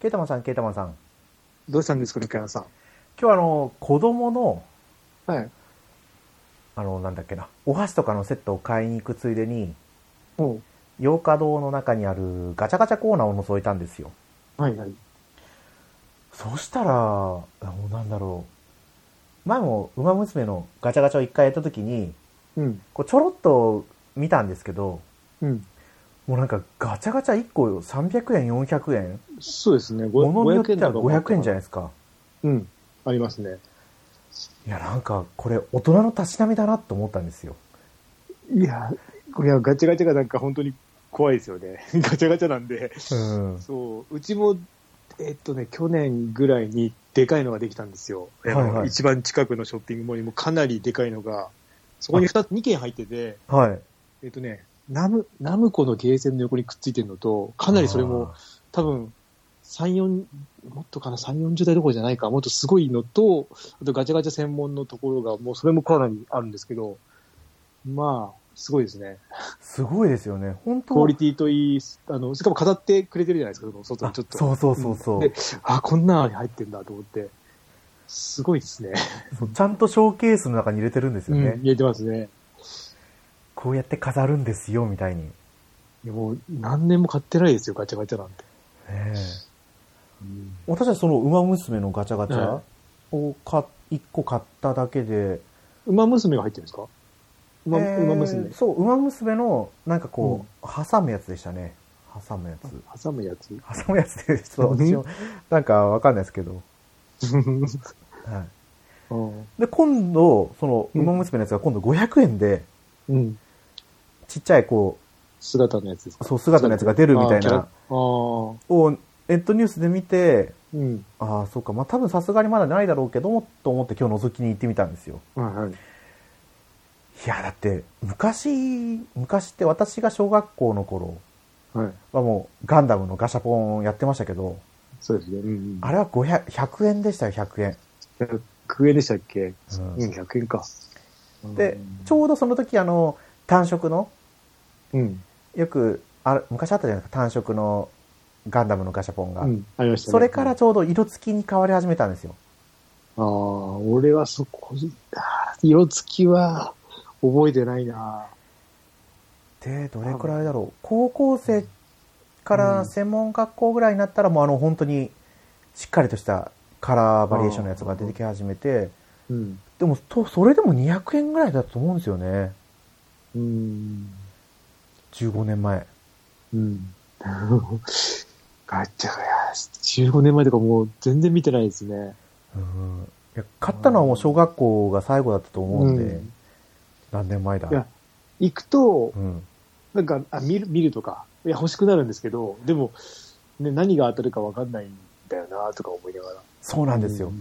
ケイタマンさん、ケイタマンさん。どうしたんですか、ね、カヤさん。今日あの、子供の、はい。あの、なんだっけな、お箸とかのセットを買いに行くついでに、おう洋華堂の中にあるガチャガチャコーナーを覗いたんですよ。はいはい。そしたら、あのなんだろう。前も、馬娘のガチャガチャを一回やった時に、うん。こうちょろっと見たんですけど、うん。もうなんかガチャガチャ1個300円、400円そうですね。ご物によってはとかもあった500円じゃないですか。うん。ありますね。いや、なんか、これ、大人のたしなみだなと思ったんですよ。いや、これはガチャガチャがなんか本当に怖いですよね。 ガチャガチャなんで。うん。そう。うちも、えっとね、去年ぐらいにでかいのができたんですよ。はいはいあの一番近くのショッピングモールにもかなりでかいのが、そこに 2, 2軒入ってて、はい。えっとね、ナム、ナムコのゲーセンの横にくっついてるのと、かなりそれも、多分、3、4、もっとかな、3、40代どころじゃないか、もっとすごいのと、あとガチャガチャ専門のところが、もうそれもかなりあるんですけど、まあ、すごいですね。あーすごいですよね。本当クオリティといい、あの、しかも飾ってくれてるじゃないですか、その外あにちょっと。そうそうそうそう、であ、こんなのに入ってんだと思って、すごいですね。そうちゃんとショーケースの中に入れてるんですよね。うん、入れてますね。こうやって飾るんですよ、みたいに。ねいやもう何年も買ってないですよ、ガチャガチャなんて。え私はその、馬娘のガチャガチャをか、一個買っただけで、馬娘が入ってるんですか馬,、えー馬娘。そう、馬娘の、なんかこう、挟むやつでしたね。挟むやつ。挟むやつ。挟むやつで、ちょっと私も、なんかわかんないですけど。は うんい。で、今度、その、うん馬娘のやつが今度500円で、うん。ちっちゃい、こ姿のやつですう、かそう、姿のやつが出るみたいあな、ーキャラあーを、ネットニュースで見て、うん。ああ、そうか。まあ、多分さすがにまだないだろうけども、と思って今日覗きに行ってみたんですよ。はいはい。いや、だって、昔、昔って私が小学校の頃はい。はもう、ガンダムのガシャポンやってましたけど、そうですね。うん。あれは500、100円でしたよ、100円。 100円でしたっけうんうん、100円か。でう、んちょうどその時、あの、単色の、うん。よく、あれ昔あったじゃないですか、単色のガンダムのガシャポンが。うん。ありましたね。それからちょうど色付きに変わり始めたんですよ。ああ、俺はそこ、あー色付きは覚えてないな。で、どれくらいだろう。高校生から専門学校ぐらいになったら、もうあの、本当に、しっかりとしたカラーバリエーションのやつが出てき始めて、うん。でも、とそれでも200円ぐらいだと思うんですよね。うん。 15年前。うん。 ガチャガチャ、15年前とかもう全然見てないですね。うん。いや、買ったのはもう小学校が最後だったと思うんで、うん何年前だ。いや行くとう、ん。なんか、あ、見る、見るとか、いや、欲しくなるんですけど、でも、ね、何が当たるかわかんないんだよな、とか思いながら。そうなんですよ。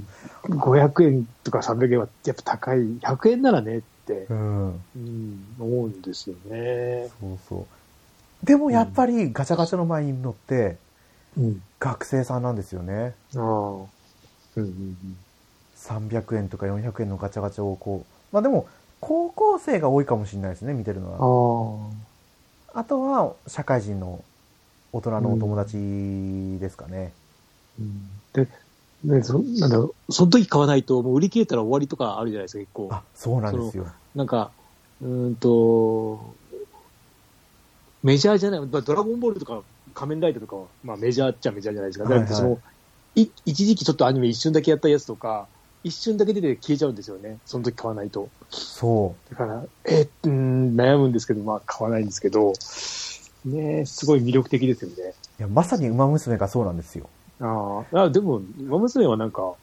うん。500円とか300円は、やっぱ高い。100円ならね、ってう、ん。うん、思うんですよね。そうそう。でもやっぱりガチャガチャの前に乗って、うん。学生さんなんですよね。ああ。うん、うん、 300円とか400円のガチャガチャをこう。まあでも、高校生が多いかもしれないですね、見てるのは。うん。ああとは、社会人の大人のお友達ですかね。あ。うん。で、ね、そ、なんだろう、その時買わないと、もう売り切れたら終わりとかあるじゃないですか、結構。あ、そうなんですよ。なんか、うーんと、メジャーじゃない、まあドラゴンボールとか仮面ライダーとかは、まあメジャーっちゃメジャーじゃないですか。だからはいはいその、い一時期ちょっとアニメ一瞬だけやったやつとか、一瞬だけ出て消えちゃうんですよね。その時買わないと。そだから、えーうーん、悩むんですけど、まあ買わないんですけど、ねえすごい魅力的ですよね。う。いや、まさに馬娘がそうなんですよ。あーあ、でも、馬娘はなんか、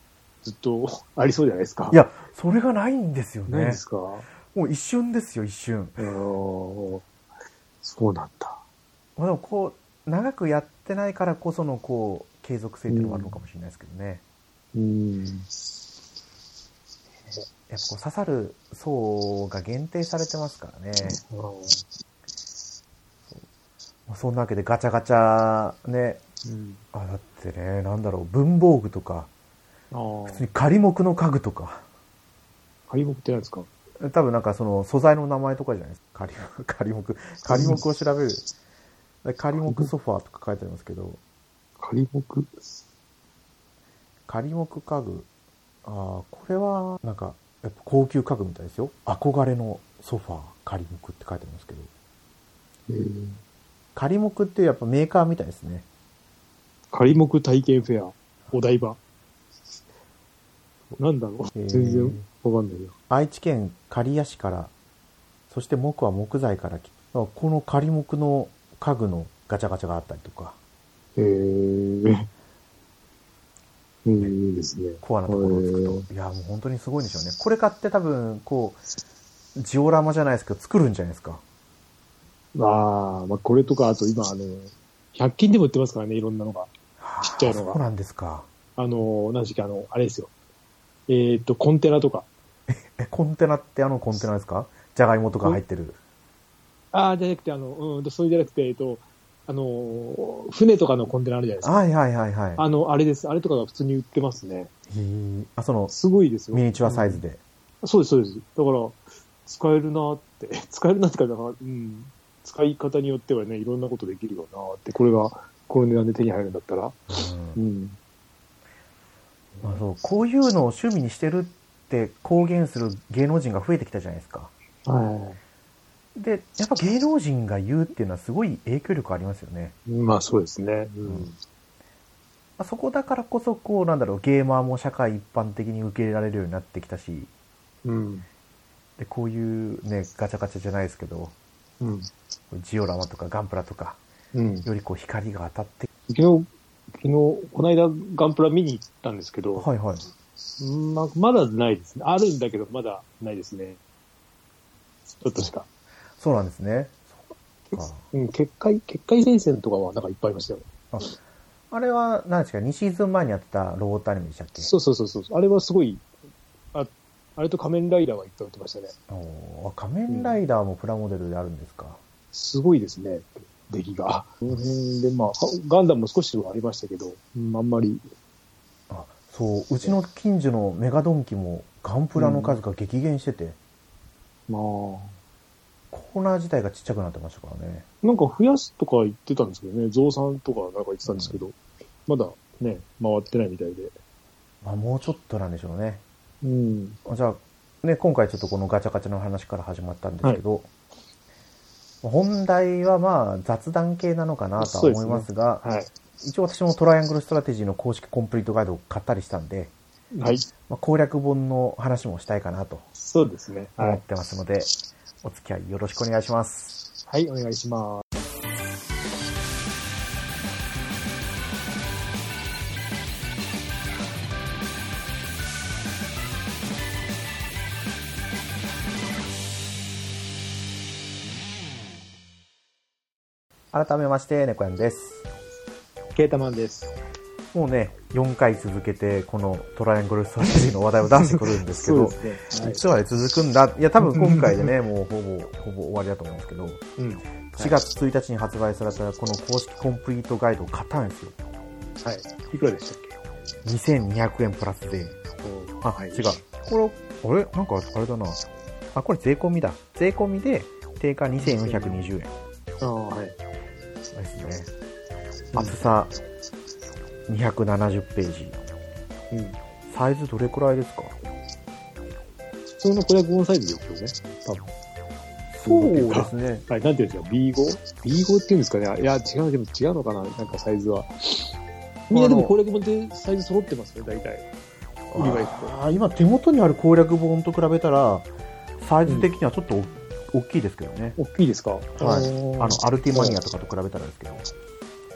ずっと ありそうじゃないですか。い、や、それがないんですよないねで。すか。もう一瞬ですよ、一瞬。うーんそうなんだ。まあでもこう、長くやってないからこそのこう、継続性っていうのがあるのかもしれないですけどね。うん。やっぱこう刺さる層が限定されてますからね。まあそんなわけでガチャガチャね、うん。あ、だってね、なんだろう、文房具とか、ああ。普通に仮木の家具とか、仮木って何ですか多分なんかその素材の名前とかじゃないですか。仮 木、仮木、仮木を調べる。で仮木ソファーとか書いてありますけど、仮木。仮木家具。ああ、これは、なんか、やっぱ高級家具みたいですよ。憧れのソファー、仮木って書いてますけど。えー仮木ってやっぱメーカーみたいですね。仮木体験フェア、お台場。なんだろえうー全然わかんないよ。愛知県刈谷市から、そして木は木材から来この仮木の家具のガチャガチャがあったりとか、えー、 うん、いいですね。コアなところをつくと。いや、もう本当にすごいんでしょうね。これ買って多分、こう、ジオラマじゃないですけど、作るんじゃないですか。ああ、まあこれとか、あと今、あの、100均でも売ってますからね、いろんなのが。ちっちゃいのはがあそうなんですか。あの、何でしたっけ、あの、あれですよ。えーっ、と、コンテナとか。え、コンテナってあのコンテナですかじゃがいもとか入ってる。ああ、じゃなくて、あの、うん、それじゃなくて、えーっ、と、あの、船とかのコンテナあるじゃないですか。はいはいはいはい。あの、あれです。あれとかが普通に売ってますね。へーあ、その、すごいですよ。ミニチュアサイズで。うん。そうです、そうです。だから、使えるなーって、 使えるなってか、だから、うん、使い方によってはね、いろんなことできるよなーって、これが、この値段で手に入るんだったら。ううんん。まあ、そうこういうのを趣味にしてるって公言する芸能人が増えてきたじゃないですか。はで、やっぱ芸能人が言うっていうのはすごい影響力ありますよね。い。まあ、そうですね。ううんんまあそこだからこそ、こう、なんだろう、ゲーマーも社会一般的に受け入れられるようになってきたし、うん。で、こういうね、ガチャガチャじゃないですけど、うん。ジオラマとかガンプラとか、うん。よりこう光が当たって、昨日、昨日、この間ガンプラ見に行ったんですけど、はいはい。うんままだないですね。あるんだけど、まだないですね。ちょっとしか。そうなんですね。そっかうん、結界、結界戦線とかはなんかいっぱいありましたよ。あれは、何ですか、2シーズン前にやってたロータアニメでしたっけそうそうそうそう。あれはすごい、あ、あれと仮面ライダーはいっぱい売ってましたね。おー仮面ライダーもプラモデルであるんですか。すごいですね、出来が。この辺で、まあ、ガンダムも少しはありましたけど、うん、あんまり。あそう、うちの近所のメガドンキもガンプラの数が激減してて、まあ、コーナー自体がちっちゃくなってましたからね。なんか増やすとか言ってたんですけどね、増産とかなんか言ってたんですけど、まだね、回ってないみたいで。まあ、もうちょっとなんでしょうね。うん。じゃあ、ね、今回ちょっとこのガチャガチャの話から始まったんですけど、本題はまあ雑談系なのかなとは思いますが、はい。一応私もトライアングルストラテジーの公式コンプリートガイドを買ったりしたんで、はい。まあ、攻略本の話もしたいかなとそうですね。思はっい。てますので、お付き合いよろしくお願いします。はい、お願いします。改めまして、猫やんです。ケータマンです。もうね、4回続けてこのトライアングルストラテジーの話題を出してくるんですけ ど、すいつまで続くんだいや、多分今回でね、もうほぼ、ほぼ終わりだと思うんですけど、うん。 4月1日に発売されたこの公式コンプリートガイドを買ったんですよ。はい。いくらでしたっ2200円プラスで。けあ、違う。これ、あれなんかあれだな。あ、これ税込みだ。税込みで定価2420円ああ、はい。ですね。厚さ270ページ。うん。サイズどれくらいですか普通の攻略本サイズですよね。多分。そうかですね。はい、なんていうんですか ?B5?B5 っていうんですかねいや、違う、でも違うのかななんかサイズは。みんなでも攻略本ってサイズ揃ってますね、大体。売り場行くとあー今手元にある攻略本と比べたら、サイズ的にはちょっとお大きいですけどね。大きいですかはい。あの、アルティマニアとかと比べたらですけど。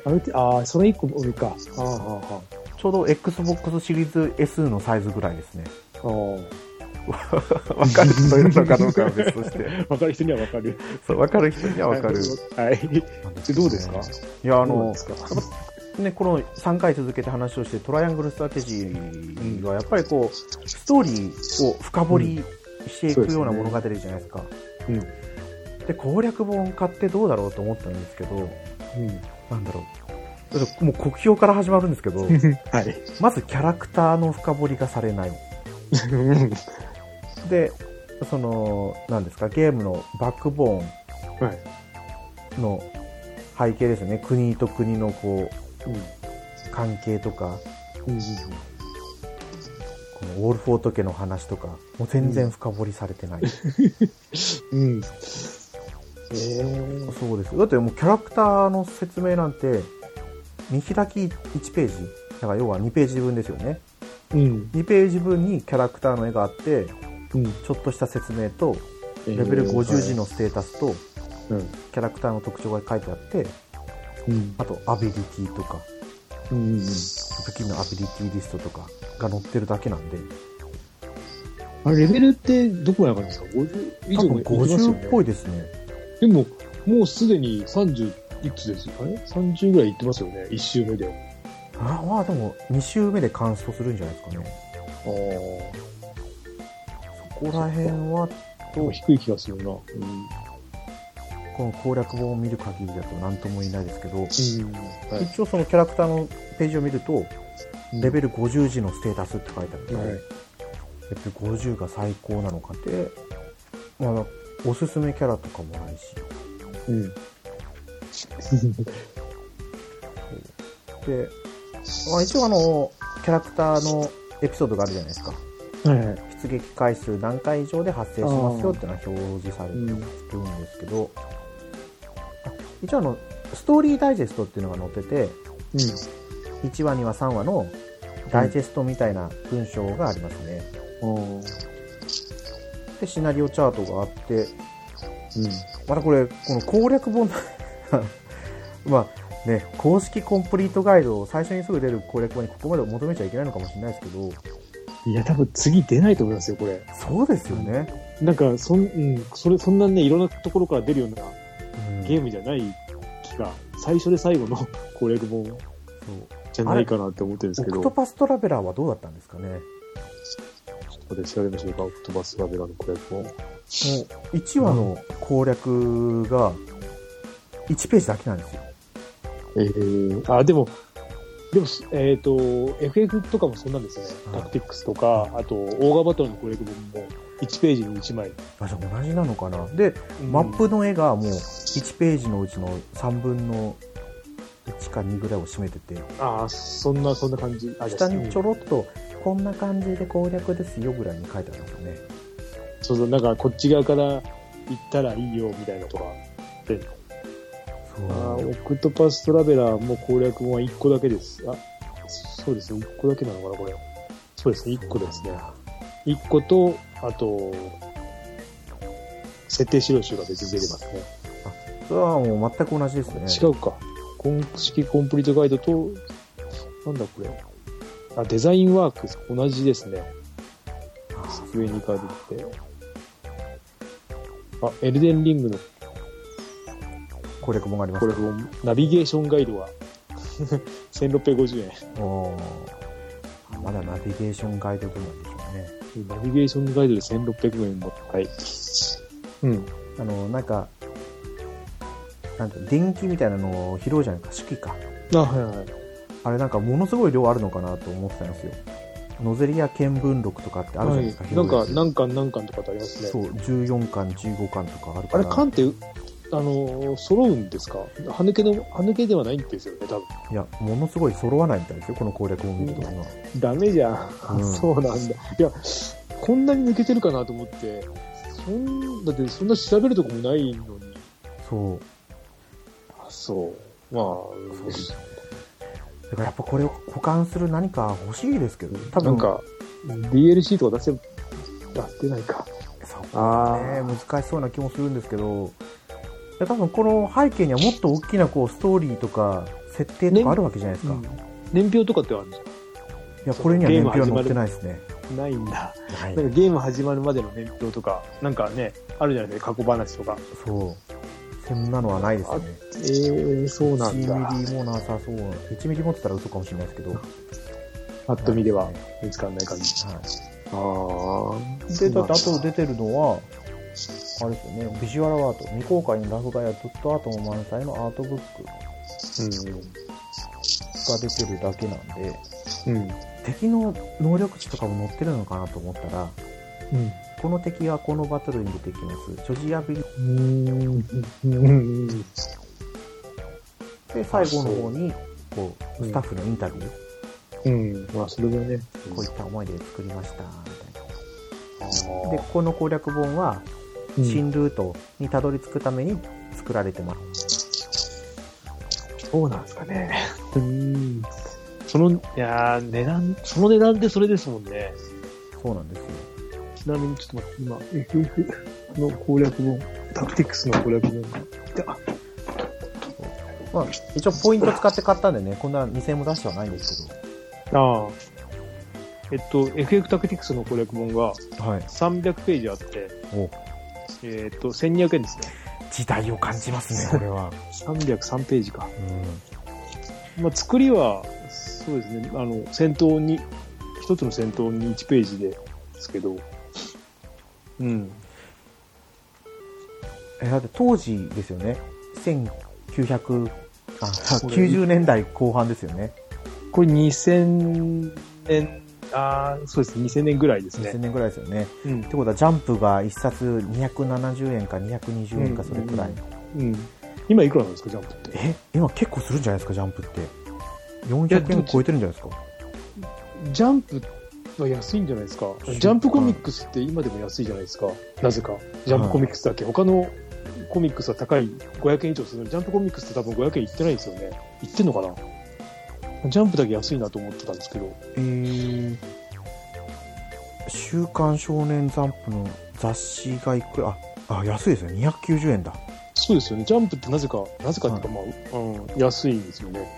あれって、ああ、それ一個上か。ああ、ああ、あちょうど Xbox シリーズ S のサイズぐらいですね。あ。わ わかる人いるのかどうかは別として。わかる人にはわかる。 そう、わかる人にはわかる。はい。でどうですかいや、ああの、すかね、この3回続けて話をして、トライアングルストラテジーはやっぱりこう、ストーリーを深掘りしていくようなうん物語じゃないですか。うん。で、攻略本買ってどうだろうと思ったんですけど、うん。なんだろう。ちょっともう国評から始まるんです けど、はい。まずキャラクターの深掘りがされない。でその何ですかゲームのバックボーはい。ンの背景ですね国と国のこうん。う関係とかうんこのオールフォート家の話とかもう全然深掘りされてない、うん。えーそうですだってもうキャラクターの説明なんて見開き1ページだから要は2ページ分ですよねうん。 2ページ分にキャラクターの絵があってうん。ちょっとした説明とレベル50時のステータスとうん。キャラクターの特徴が書いてあってうん。あとアビリティとかうん。武器のアビリティリストとかが載ってるだけなんであれ、レベルってどこまで上がるんですか ?50 以多分上もいきますよ50っぽね。いですねでも、もうすでに30いくつですよね ?30 ぐらいいってますよね。1周目で。あまあでも2周目で完走するんじゃないですかねああ。ここら辺は低い気がするな。うん。この攻略本を見る限りだと何とも言えないですけどうん。はい。一応そのキャラクターのページを見るとレベル。ル50時のステータスって書いてあるのはで、い。レベル50が最高なのかって、まあ、おすすめキャラとかもないしうん。で、まあ、一応あのキャラクターのエピソードがあるじゃないですかはいはい。出撃回数何回以上で発生しますよっていうのは表示されてうん。るんですけど、あ一応あのストーリーダイジェストっていうのが載ってて1話2話3話のダイジェストみたいな文章がありますね、うん。ああ。でシナリオチャートがあってうん。またこれこの 攻略本まあね公式コンプリートガイドを最初にすぐ出る攻略本にここまで求めちゃいけないのかもしれないですけどいや、多分次出ないと思いますよ、これ。そうですよね、なんか、そん、うん、それ、そんなね、いろんなところから出るようなうんゲームじゃない気が、最初で最 後の攻略本そうじゃないかなって思ってるんですオけど、クトどパストラベラーはどうだったんですかねもこで調べましょうか、オクトバスラベラの攻略本。う1話の攻略が1ページだけなんですよえー、あ、でも、でも、えっ、と、FF とかもそんなんですね。はいタクティックスとか、あと、オーガーバトルの攻略本も、1ページに1枚。あじゃあ同じなのかなでマップの絵がもう1ページのうちの3分の1か2ぐらいを占めててああ、そんな、そんな感じ。あ下にちょろろっとこんな感じで攻略ですよぐらいに書いてあるんですよねそうそう、なんか、こっち側から行ったらいいよ、みたいなとか。であーそうオクトパストラベラーも攻略本は1個だけです。あ、そうですね、1個だけなのかな、これ。そうですね、1個ですね。1個と、あと、設定資料集が別に出てますね。それはもう全く同じです違ねうか。公式コンプリートガイドと、なんだこれ。あ、デザインワークス、同じですね。上に書いてて。あ、エルデンリングの攻略本がありますこれナビゲーションガイドは 1650円。おーまだナビゲーションガイド部門でしょうねナビゲーションガイドで1600円も高い。うん。あのなんかなんて電気みたいなのを拾うじゃないか手記かあ、はいはい。あれなんかものすごい量あるのかなと思ってたんですよノゼリア見聞録とかってあるじゃないですか、はい、拾なうんやか、つ何巻何巻とかってありますね。そう14巻15巻とかあるかあられ、缶って、あのー、揃うんですか歯抜けの、歯抜けではないんですよね、多分。いやものすごい揃わないみたいですよこの攻略本見ると今ダメじゃん。うん そうなんだ。いや、こんなに抜けてるかなと思って、そん、だってそんな調べるとこもないのに。そうあ、そう。まあ、そうですだからやっぱこれを保管する何か欲しいですけど、多な分んか、DLC とか出せ、出せないか。そうあね、難しそうな気もするんですけど、いや多分この背景にはもっと大きなこうストーリーとか設定とかあるわけじゃないですか。い年表とかってあるんでや、これには年表はゲーム載っ始てなまいですね。すかないんだ。はいなんかゲーム始まるまでの年表とか、なんかね、あるじゃないですか、過去話とか。そう。そんなのはないですね。えー、そうなんだ。 1ミリもなさそう。1ミリ持ってたら嘘かもしれないですけど。パッと見では見つからない感じ。はいああ。で、だってあと出てるのは、あれですよね、ビジュアルアート。未公開のラフ画やずっとアートも満載のアートブックが出てるだけなんで、うん。うん。敵の能力値とかも載ってるのかなと思ったらこの敵はこのバトルに出てきます所持アビリテうん。うん。うん。ィで最後の方にこうスタッフのインタビュー、うん。まあ、それはね。こういった思いで作りましたみたいなでで、この攻略本は新ルートにたどり着くために作られてます、そうなんですかね。うん。その、いやー値段、その値段でそれですもんね。そうなんですよちなみに、ちょっと待って、今、FF の攻略本、タクティクスの攻略本が。まあ、一応ポイント使って買ったんでね、こんな2000円も出してはないんですああ。えっと、FF タクティクスの攻略本がけど。はい。 300ページあって、おえっと、1200円ですね。時代を感じますね、これは。 303ページか。うまあ、作りは、そうですね、あの、戦闘に、一つの戦闘に1ページでですけど、うん。ん。え、だって当時ですよね。1900、あ、90年代後半ですよね。これ2000年、ああ、そうです、2000年ぐらいです2000ね。年ぐらいですよね。うんって。ことは、ジャンプが1冊270円か220円かそれくらい。うんうん。今いくらなんですか、ジャンプって。え、今結構するんじゃないですか、ジャンプって。や400でも円超えてるんじゃないですか。ジャンプは安いんじゃないですか。ジャンプコミックスって今でも安いじゃないですか。なぜか。ジャンプコミックスだけ。他のコミックスは高い500円以上するのに、ジャンプコミックスって多分500円いってないですよね。いってんのかなジャンプだけ安いなと思ってたんですけど。えー、週刊少年ジャンプの雑誌がいくら、あ、あ安いですね。290円だ。そうですよね。ジャンプってなぜか、なぜかっていうか、まあ、うん、安いんですよね。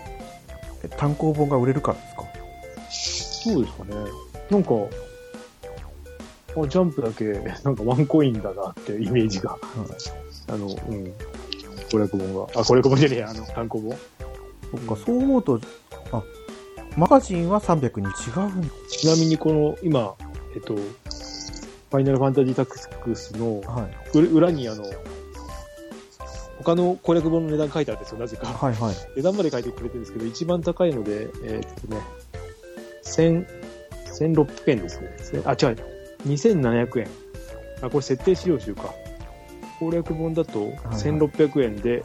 え単行本が売れるからですかそうですかね。なんか、あジャンプだけ、なんかワンコインだなっていうイメージが。あの、うん。攻略本が。あ、攻略本じゃねえや、あの、単行本。そっか、そう思うと、あ、マガジンは300に違うんちなみにこの、今、えっと、ファイナルファンタジータクティクスのはい。う裏にあの、他の攻略本の値段書いてあるんですよ、なぜか。 はいはい。値段まで書いてくれてるんですけど、一番高いので、えーっとね、千、千六百円ですね。千あ、違う、二千七百円。あ、これ設定資料集か。攻略本だとはい千六百円で、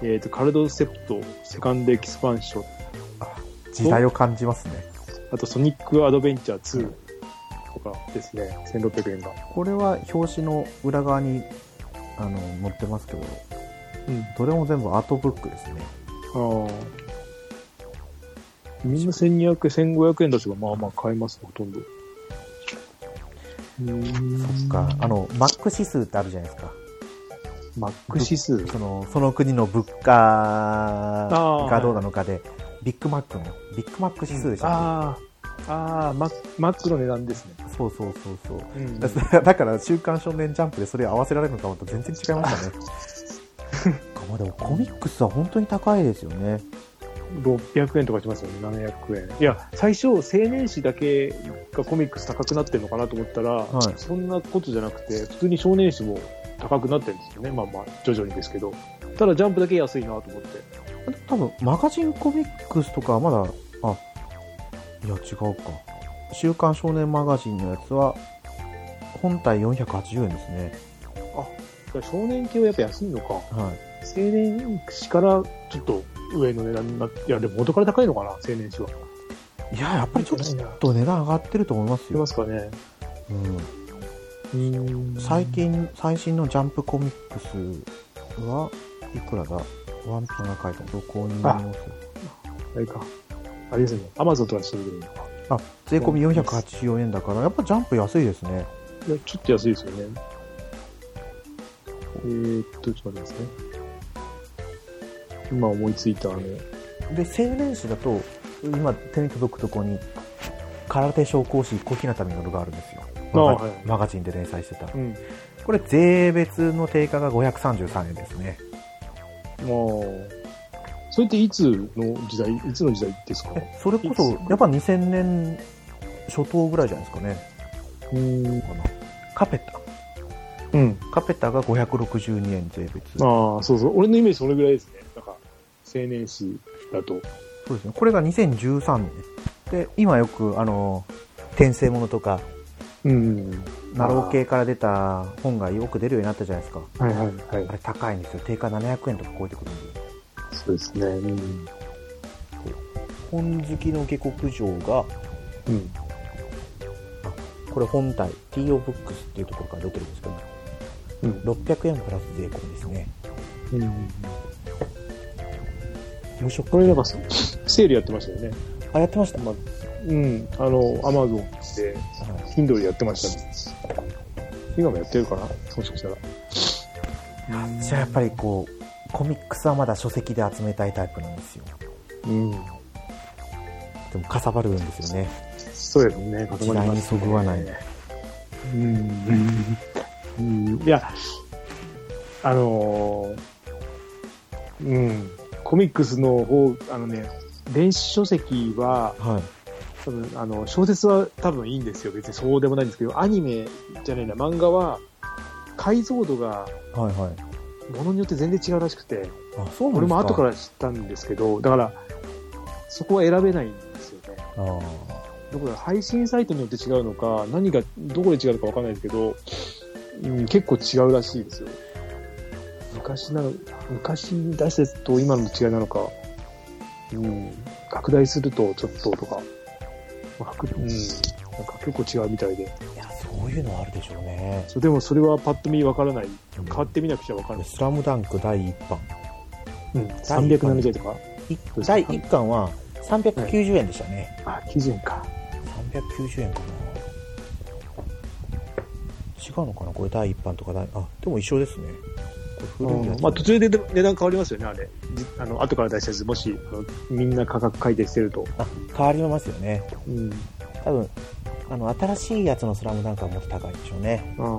えーっと、カルドセプト、セカンドエキスパンション、時代を感じますね。あとソニックアドベンチャー2とかですね、1600円が。これは表紙の裏側に、あの、載ってますけど、うん。どれも全部アートブックですね。ああ。みんな1200円、1500円だしが、まあまあ買えます、ほとんど。うーん。そっか。あの、マック指数ってあるじゃないですか。マック指数。そのその国の物価あーがどうなのかで、ビッグマックの、ビッグマック指数でしたね。ああ、ああ、ママックの値段ですね。そうそうそうそう。うんだからだから、週刊少年ジャンプでそれ合わせられるのかもと全然違いましたね。まあでもコミックスは本当に高いですよね。 600円とかしますよね、700円。いや、最初、青年誌だけがコミックス高くなってるのかなと思ったら、はいそんなことじゃなくて、普通に少年誌も高くなってるんですよね、まあまあ、徐々にですけど。ただ、ジャンプだけ安いなと思って。多分、マガジンコミックスとかはまだ、あ、いや違うか。週刊少年マガジンのやつは、本体480円ですね。だから少年系はやっぱ安いのか。青はい。年誌からちょっと上の値段になって、いや、でも元から高いのかな、青年誌は。いや、やっぱりちょっと値段上がってると思いますいまよ。すかね。うんうん最。近最新のジャンプコミックスはいくらだワンピが書いたどこにありますあれか。あれですね、アマゾンとかしてるのか。あ税込み484円だからやっぱジャンプ安いですねいや、ちょっと安いですよね。えー、っと、ちょっと待ってくださいね。今思いついたあの、で青年誌だと今手に届くとこに空手商工士小日向実があるんですよマガ,、あはいマガジンで連載してたうん。これ税別の定価が533円ですねもう、それっていつの時代、いつの時代ですかうえそれこそやっぱ2000年初頭ぐらいじゃないですかねーん。このカペタうん。カペタが562円税別ああ、そうそう。俺のイメージそれぐらいですね。なんか、青年誌だと。そうですね。これが2013年です。で、今よく、あの、転生ものとか、うん。ナロー系から出た本がよく出るようになったじゃないですか。はいはいあはい。れ高いんですよ。定価700円とか超えてくるんで。そうですね。うん。こ本好きの下克上が、うん。これ本体、TO ブックスっていうところから出てるんですけど、うん。 600円プラス税込みですね。うん。無色これなんか、セールやってましたよね。あ、やってました。まあ、うん。あの、アマゾンで、はい Kindle でやってましたね。今もやってるかなもしかしたら。じゃあやっぱりこう、コミックスはまだ書籍で集めたいタイプなんですよ。うん。でもかさばるんですよね。そうですね。時代にそぐわない。うん。うん。いや、あのーうん。コミックスの方、あのね、電子書籍は、はい。多分、あの、小説は多分いいんですよ。別にそうでもないんですけど、アニメじゃないな、漫画は、解像度が、はいはい。ものによって全然違うらしくて、あ、そうなんですか俺も後から知ったんですけど、だから、そこは選べないんですよね。あーだから配信サイトによって違うのか、何がどこで違うのかわかんないですけど、うん、結構違うらしいですよ。昔なの、昔に出したやつと今の違いなのか、うん、拡大するとちょっととか、まあ拡うん、なんか結構違うみたいで。いや、そういうのはあるでしょうね。そうでもそれはパッと見わからない。買ってみなくちゃわからない。スラムダンク第1版。うん、370とか。いです第1巻は390円でしたね。あ、基準か。 390円かな違うのかなこれ第1版とか第あでも一緒ですねこれ古いやつまあ途中でで値段変わりますよね、あれ。じあの、後から出したやつ、もし、あのみんな価格改定してると。あ変わりますよねうん。多分あの新しいやつの「スラムダンクはもっと高いでしょうねああ。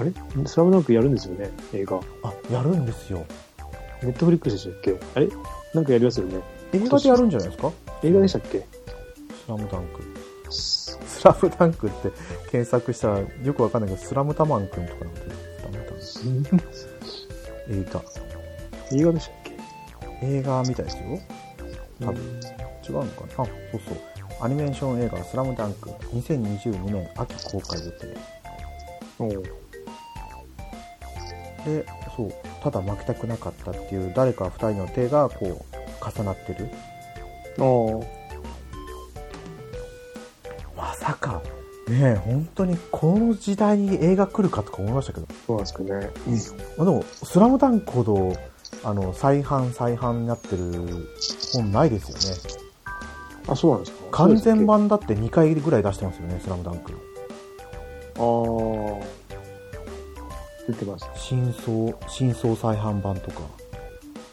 あれスラムダンクやるんですよね、映画。あやるんですよネットフリックスでしたっけあれなんかやりますよね。映画でやるんじゃないですか映画でしたっけスラムダンクスラムダンクって検索したらよくわかんないけどスラムタマン君とかなんてスラムダンク映画映画でしたっけ映画みたいですよ多分うん違うのかなあそうそうアニメーション映画「スラムダンク2022年秋公開予定おうでそうただ負けたくなかったっていう誰か2人の手がこう重なってるおまさかねえ本当にこの時代に映画来るかとか思いましたけどそうなんですかね。あでも「スラムダンクほどあの再販再販になってる本ないですよねあ、そうなんですか完全。版だって2回ぐらい出してますよね「スラムダンクそうでしたっけああ。出てます。真相真相再販版とか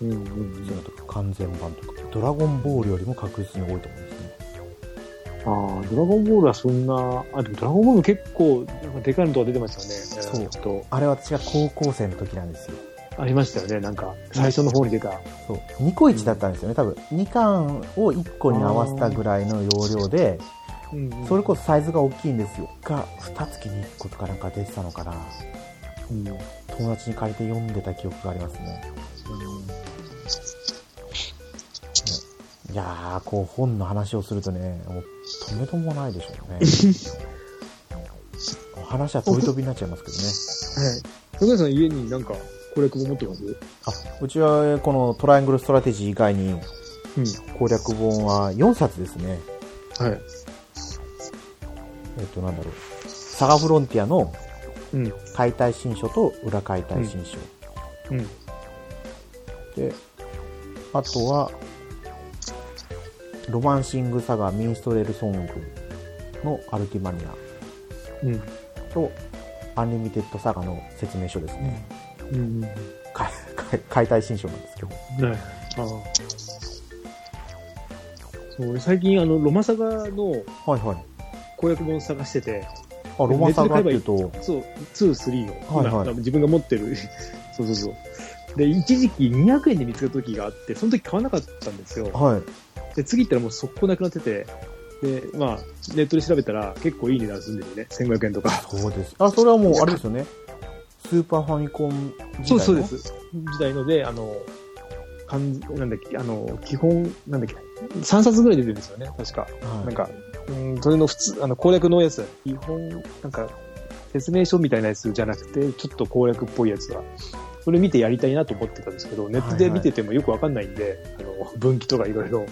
うんうんうんそういうのとか完全版とか「ドラゴンボール」よりも確実に多いと思うんですねああ、ドラゴンボールはそんな、あ、でもドラゴンボール結構、なんかでかいのとか出てましたよね。そうちょっと、あれ私が高校生の時なんですよありましたよね。なんか、最初の方に出た。そう2個1だったんですよね多分2巻を1個に合わせたぐらいの容量でうん、それこそサイズが大きいんですよが2月に1個とかなんか出てたのかなそ、うん、友達に借りて読んでた記憶がありますねいやーこう本の話をするとねもう止めどもないでしょうね 話は飛び飛びになっちゃいますけどねはい。徳田さん家になんか、攻略本持ってますあうちはこのトライアングルストラテジー以外にう攻略本は4冊ですねん。はい。えっとなんだろうサガフロンティアのうん。解体新書と裏解体新書、うん。であとは「ロマンシング・サガ・ミンストレル・ソング」の「アルティマニアうん。」と「アンリミテッド・サガ」の説明書ですね、うん。解解解体新書なんですけどはい。ああ。そう、俺最近、あの、ロマサはガのいはい攻略本探してて、あロマンサガっていうとはいそう、2、3の、はい今はい多分自分が持ってる。 そうそうそう。で、一時期200円で見つけた時があって、その時買わなかったんですよ。で、次行ったらもう速攻なくなってて、で、まあ、ネットで調べたら結構いい値段するんだよね。1500円 とか。そうですあそれはもうあれですよねスーパーファミコン時代そのうそうです。時代ので、あの、かんなんだっけ、あの、基本、なんだっけ、3冊ぐらい出てるんですよね、確か。はいなんか、うん、それの普通、あの、攻略のやつ、基本、なんか、説明書みたいなやつじゃなくて、ちょっと攻略っぽいやつが、それ見てやりたいなと思ってたんですけど、ネットで見ててもよくわかんないんで、あの、分岐とかいろいろ、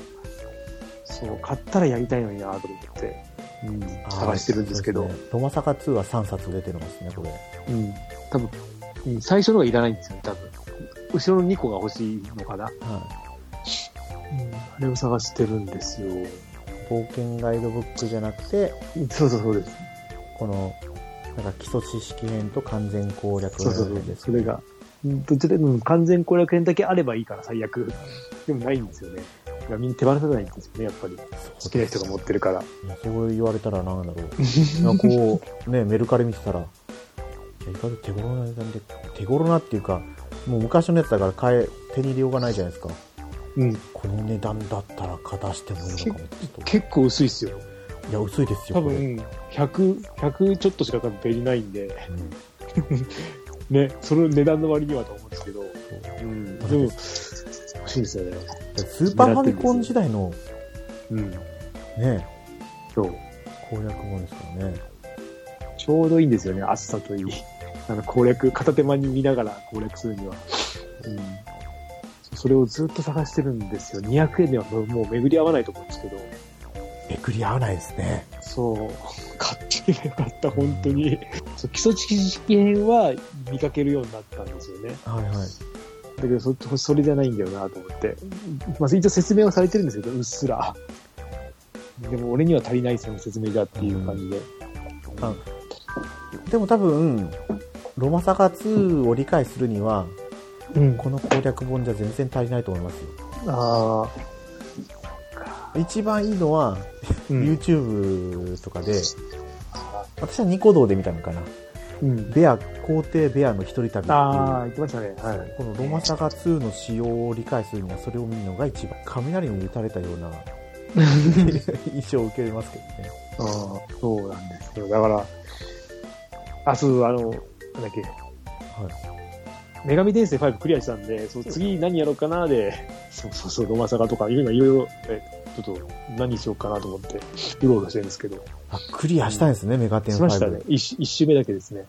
そう、買ったらやりたいのになと思って、うん、探してるんですけど、そうですねドマサカ2は3冊出てますね、これ。うん、多分、うん最初のがいらないんですよ、多分。後ろの2個が欲しいのかな。はあれを探してるんですよ。い。冒険ガイドブックじゃなくて、そうそうそうです。この、なんか基礎知識編と完全攻略そうそうそ編うで。すそれが。うんどっちでも完全攻略編だけあればいいから最悪。でもないんですよね。だからみんな手放さないんですよね、やっぱり。好きな人が持ってるから。いやそう言われたらなんだろう。なんかこう、ね、メルカリ見てた ら、いや意外と手頃な値段で、手頃なっていうか、もう昔のやつだから買え、手に入れようがないじゃないですか。うん。この値段だったら片してもいいのかも。ちょっ結構薄いっすよ。と。いや、薄いですよ、多これ。うん分、100、100ちょっとしか多分ペリないんで、ね、その値段の割にはと思うんですけど。うん。でも、欲しいですよね。スーパーファミコン時代の、うん。ね、そう。攻略本ですからね。ちょうどいいんですよね、暑さといい。あの攻略、片手間に見ながら攻略するには。うん。それをずっと探してるんですよ。200円ではもうもう巡り合わないと思うんですけど。めくり合わないですね。そう。買ってきゃよかった、本当に。そう基礎知識編は見かけるようになったんですよね。はいはい。だけどそ、それじゃないんだよなと思って。まあ、一応説明はされてるんですけど、うっすら。でも俺には足りないその説明だっていう感じで。あでも多分、ロマサガ2を理解するには、うん。この攻略本じゃ全然足りないと思いますよ。ああ。一番いいのは、うん。 YouTube とかで、私はニコ動で見たのかな。うん、ベア、皇帝ベアの一人旅っていう、ああ、言ってましたね。はい。このロマサガ2の仕様を理解するにはそれを見るのが一番、雷に打たれたよ うな印象を受けますけどね。ああ、そうなんですよ。だから、あ、そう、あの、なんだっけ、はい。女神転生5クリアしたんで、そう次何やろうかなで、 そうそうそう、ロマサガとか、いうのいろいろ、えちょっと何しようかなと思って、うろうろしてるんですけど、あ、クリアしたんですね、メガテン5。しましたね。一一周目だけですね。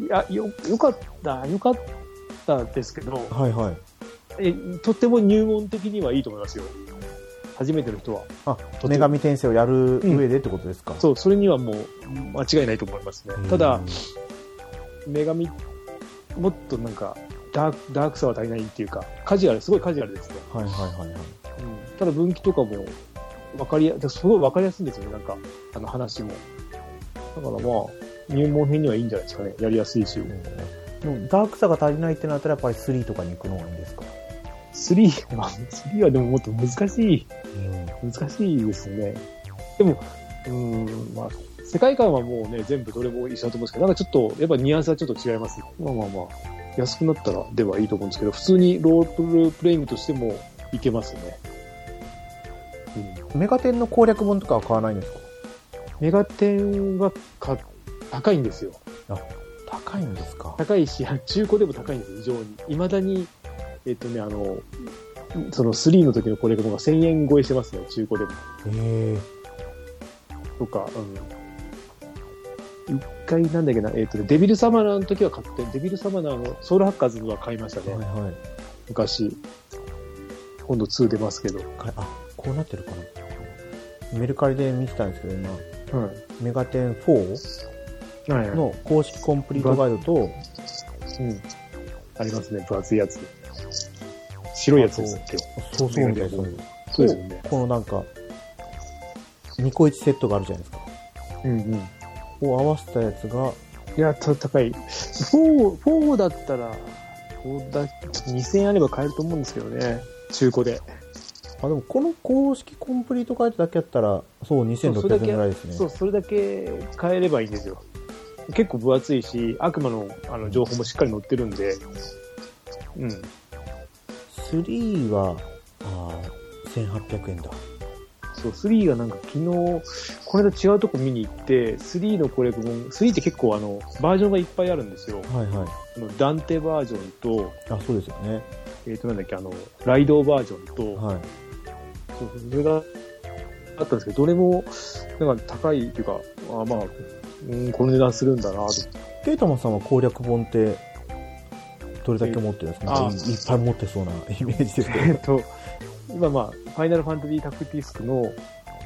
いや、よ、よかった、よかったですけど、はいはい。えとっても入門的にはいいと思いますよ。初めての人は。あ、ても女神転生をやる上でってことですか、そう、それにはもう間違いないと思いますねうん。ただ、女神、もっとなんかダーク、ダークさは足りないっていうか、カジュアル、すごいカジュアルですね。はいはいはいはい。ただ分岐とかも、わかりや、すごいわかりやすいんですよね、なんか、あの話も。だからまあ、入門編にはいいんじゃないですかね。やりやすいし。でもダークさが足りないってなったらやっぱり3とかに行くのがいいんですか、 3、まあ、3はでももっと難しい、難しいですね。でも、うーん、まあ、世界観はもうね、全部どれも一緒だと思うんですけど、なんかちょっと、やっぱニュアンスはちょっと違います。まあまあまあ、安くなったらではいいと思うんですけど、普通にロールプレイングとしてもいけますね。うんメガテンの攻略本とかは買わないんですかメガテンはか高いんですよ。高いんですか高いし、中古でも高いんですよ、非常に。未だに、えっとね、あの、その3の時のコレクトが1000円超えしてますね、中古でも。ええとか、うん。一回なんだっけな、えっとね、デビルサマナーの時は買って、デビルサマナーのソウルハッカーズは買いましたね、はいはい昔。今度2出ますけど。かあこうなってるかなメルカリで見てたんですけど今はい。メガテン4はい、はい。の公式コンプリートガイドとうん。ありますね、分厚いやつ。白いやつですっけそうそうみたいなメそうですよね。このなんかニコイチセットがあるじゃないですかうんうん。を合わせたやつがいや、た高い。4、4だったら、4だ2000円あれば買えると思うんですけどね。中古で。あでもこの公式コンプリートガイドだけやったらそうそうそれ2600だ円けぐらいですねそう、それだけ買えればいいんですよ。結構分厚いし、悪魔のあの情報もしっかり載ってるんで。うん。 3はあー1800円だそう、3がなんか昨日、これと違うとこ見に行って、3の攻略本、3って結構あの、バージョンがいっぱいあるんですよ。はいはいあのダンテバージョンと、あそうですよねえっ、となんだっけ、あの、ライドバージョンと、はいそうそれがあったんですけど、どれも、なんか高いというか、あまあ、うん、この値段するんだなと。ケイタマンさんは攻略本ってどれだけ持ってるやつなんかいいっぱい持ってそうなイメージですけえっと、今まあ、ファイナルファンタジータクティスクの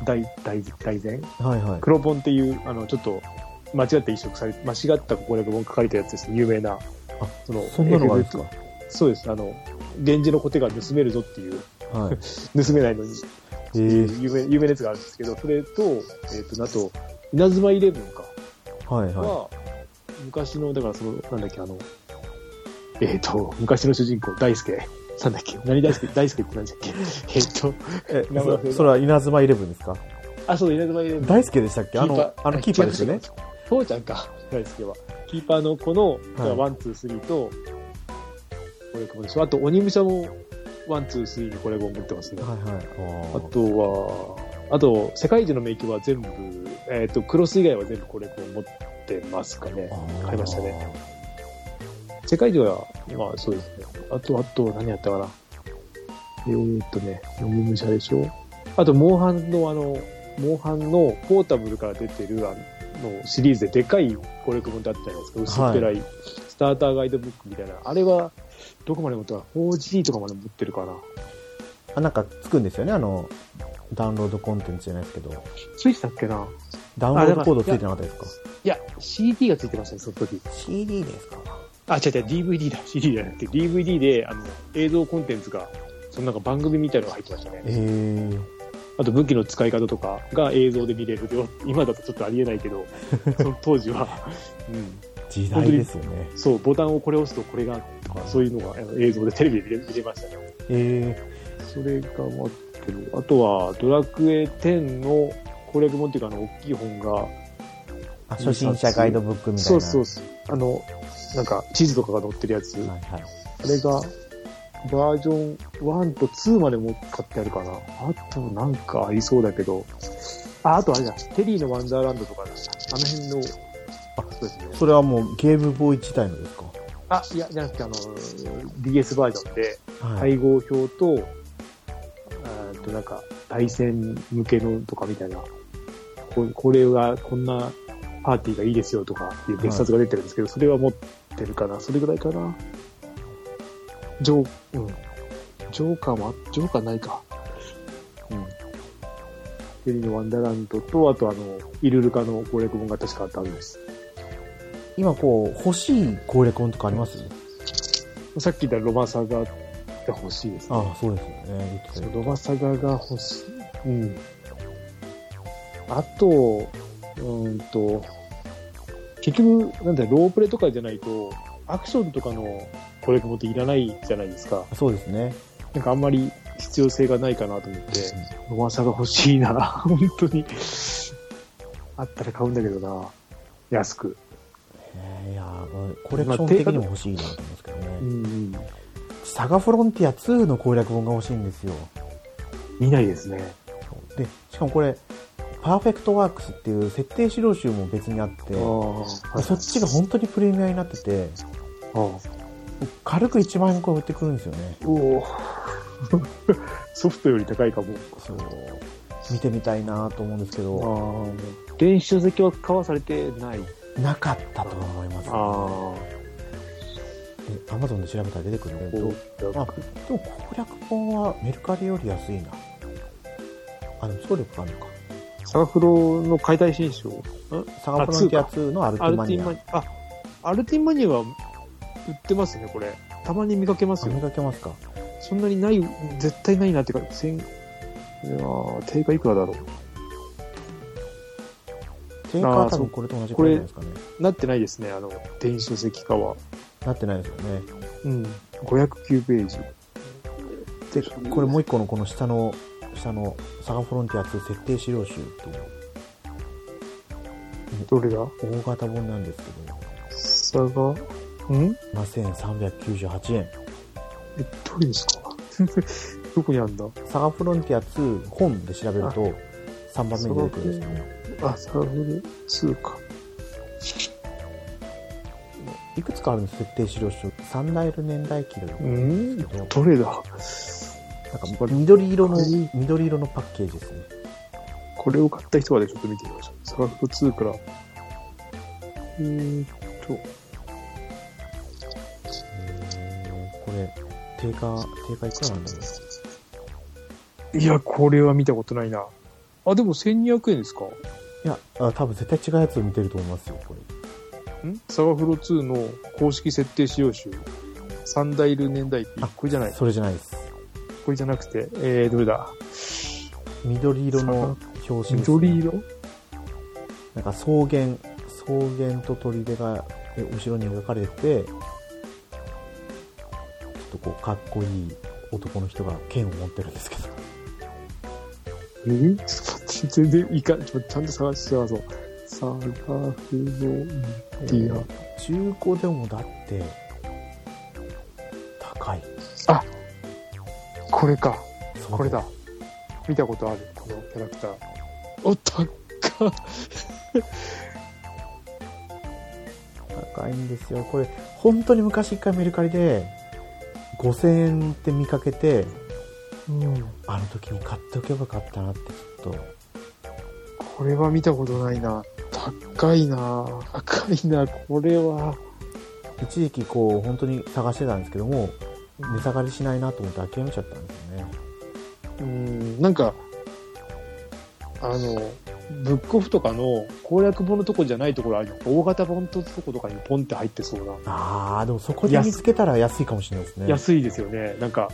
大、大、大前ど。はいはい。黒本っていう、あの、ちょっと、間違って移植され、間違った攻略本書かれたやつですね、有名な。あそのそんなのがあるんですか FF そうです。あの、源氏の小手が盗めるぞっていう、はい。盗めないのに、えー、有名有名なやつがあるんですけど、それと、えっ、と、あと、稲妻イレブンか、はいはは、昔の、だからその、なんだっけ、あの、えっ、と、昔の主人公、大輔。なんだっけ何大輔大輔って何だっけ えっと、い。え、名前忘れそたそれは稲妻イレブンですかあ、そう、稲妻イレブン。大輔でしたっけあの、あのキーパーですよね。。父ちゃんか、大輔は。キーパーの子の、はいワン、ツー、スリーと、これ、こでしょ。あと、鬼武者も、ワン、ツー、スリーにこれを持ってますね。はいはい。あとは、あと、世界一の迷宮は全部、えっ、と、クロス以外は全部これを持ってますかね。あ買いましたね。世界中は、まあそうですね。あと、あと、何やったかな。えーっとね、鬼武者でしょ。あと、モンハンのあの、モンハンのポータブルから出てるあのシリーズででかい攻略本ってあったじゃないですか。薄っぺらい、スターターガイドブックみたいな。あれは、どこまで持ったか 4G とかまで持ってるかな。あ、なんかつくんですよね、あの、ダウンロードコンテンツじゃないですけど。ついてたっけなダウンロードコードついてなかったですかいや、CD がついてましたね、その時。 ?CD ですかあ、違う違う、DVD だ。CD じゃなくて、DVD で、あの、映像コンテンツが、そのなんか番組みたいなのが入ってましたね。えー、あと武器の使い方とかが映像で見れるよ。 今だとちょっとありえないけど、その当時は、うん、時代ですよね。そう、ボタンをこれ押すとこれがとか、そういうのがあの映像でテレビで見れ見れましたね。えそれが待ってる。あとは、ドラクエ10の攻略本っていうか、あの、大きい本が、ー、あ初心者ガイドブックみたいな。そうそうそう、あの、なんか地図とかが載ってるやつ、はいはい。あれが、バージョン1と2までも買ってあるかな。あとなんかありそうだけど。あ、あとあれだ。テリーのワンダーランドとかだ。あの辺の、あ、そうですね。それはもうゲームボーイ自体のですかあ、いや、じゃなくてあの、DS バージョンで、は配合表と、えっと、なんか、対戦向けのとかみたいな。ここれは、こんなパーティーがいいですよとかいう別冊が出てるんですけど、それは持ってるかな。それぐらいかな。ジョー、うん。ジョーカーもあ、ジョーカーないか。うん。テリーのワンダーランドと、あとあの、イルルカの攻略本が確かあったんです。今こう、欲しい攻略本とかありますさっき言ったロマサガが欲しいですね。ああ、そうですよね。言ってそたようロバサガが欲しい。うん。あと、うーんと、結局、なんだろうロープレとかじゃないと、アクションとかの攻略本っていらないじゃないですか。そうですね。なんかあんまり必要性がないかなと思って、ロマサガ欲しいな、本当に。あったら買うんだけどな、安く。えーいやーコレクション的にも欲しいなと思うんですけどね。うん、サガフロンティア2の攻略本が欲しいんですよ。見ないですね。で、しかもこれ、パーフェクトワークスっていう設定資料集も別にあって、あそっちが本当にプレミアになってて、あー軽く1万円超え売ってくるんですよね。おお ソフトより高いかも。そう。見てみたいなと思うんですけど、ああ電子書籍は買わされてないなかったと思います、あで、アマゾンで調べたら出てくるんだけど、であも攻略本はメルカリより安いな。あ、でも総力があるのか。サガフロの解体新書サガフロンティア2のアルテアィルマテニィンア。マニアあアルティンマニアは売ってますねこれたまに見かけますあ見よかけますかそんなにない絶対ないなってか千いやー定価いくらだろ定価はあー多そう分これと同じくらいじゃないですかね。うなってないですねあの電子書籍化はなってないですよね。うん509ページでこれもう一個のこの下の下のサガフロンティア2設定資料集っていどれだう大型本なんですけどサガん7398円えどれですか どこにあるんだサガフロンティア2本で調べると3番目に出てくるんですけどねあサガフロ2かいくつかあるんです設定資料集三大年代記だとう思うんんですけどなんかどれだ緑色の緑色のパッケージですねこれを買った人はね、ちょっと見てみましょう。サガフ2から。うーんと、えれ、定価、定価いくらなんだろいや、これは見たことないな。あ、でも1200円ですかう。いや、あ多分絶対違うやつ見てると思いますよ、これ。んサガフロ2の公式設定使用集。三大ル年代って、あこれじゃない。それじゃないです。これじゃなくて、えー、どれだ緑色の表紙です、ね。緑色なんか草原、草原と砦がえ後ろに描かれてて、ちょっとこう、かっこいい男の人が剣を持ってるんですけど。えーちょっと待って全然いかんちょっとちゃんと探して探そう。サガフロディア。中古でもだって、高い。これか。そうこれだ。見たことある、このキャラクター。おったっか。高いんですよ。これ、本当に昔一回メルカリで、5000円って見かけて、うん。あの時に買っておけばよかったなって、ちょっと。これは見たことないな。高いな。高いな、これは。一時期こう、本当に探してたんですけども、値下がりしないなと思って諦めちゃったんですよね。うん、なんか、あの、ブックオフとかの攻略本のとこじゃないところあるよ。大型本のとことかにポンって入ってそうな。ああ、でもそこで見つけたら安いかもしれないですね。安いですよね。なんか、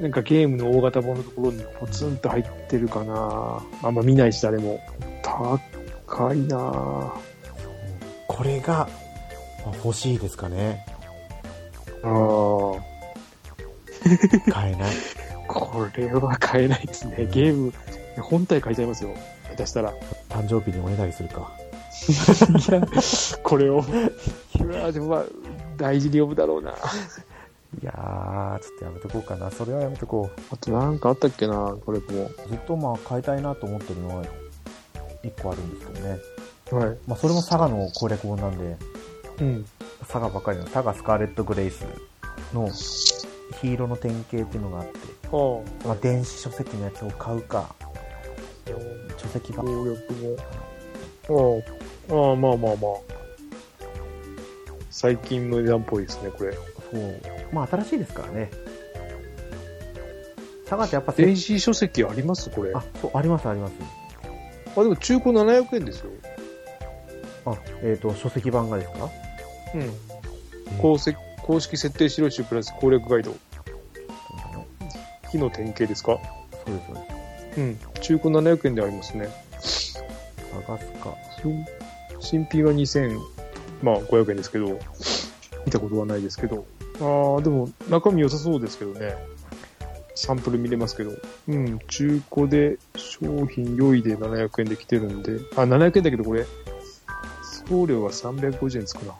なんかゲームの大型本のところにポツンと入ってるかな。あんま見ないし、誰も。高いなこれが、まあ欲しいですか ね。あー買えない。これは買えないですね。ゲーム、本体買いちゃいますよ。下手したら。い誕生日におねだりするか。や、これを。うわでもまあ、大事に読むだろうな。いやー、ちょっとやめとこうかな。それはやめとこあとなんかあったっけな、これも。ずっとまあ買いたいなと思ってるのは1個あるんですけどね。はい。まあそれも佐賀の攻略本なんで、うん。佐賀ばかりの佐賀スカーレット・グレイスのヒーローの典型っていうのがあって、ああ。攻まあ電子書籍のやつを買うか、書籍版。略も。ああ。ああ、まあまあまあ。最近の値段っぽいですね、これ。そう。まあ新しいですからね。佐賀ってやっぱ電子書籍ありますこれ。ああ、、そう、ありますあります。でも中古700円ですよ。あ、えっ、と、書籍版がですかうん。公式公式設定資料集プラス攻略ガイド。木の典型ですかそうです、そうでうん。中古700円でありますね。す。探すか。新新品は2000、まあ500円ですけど、見たことはないですけど。ああ、でも中身良さそうですけどね。サンプル見れますけど。うん、中古で商品良いで700円で来てるんで。あ、700円だけどこれ、送料が350円つくな。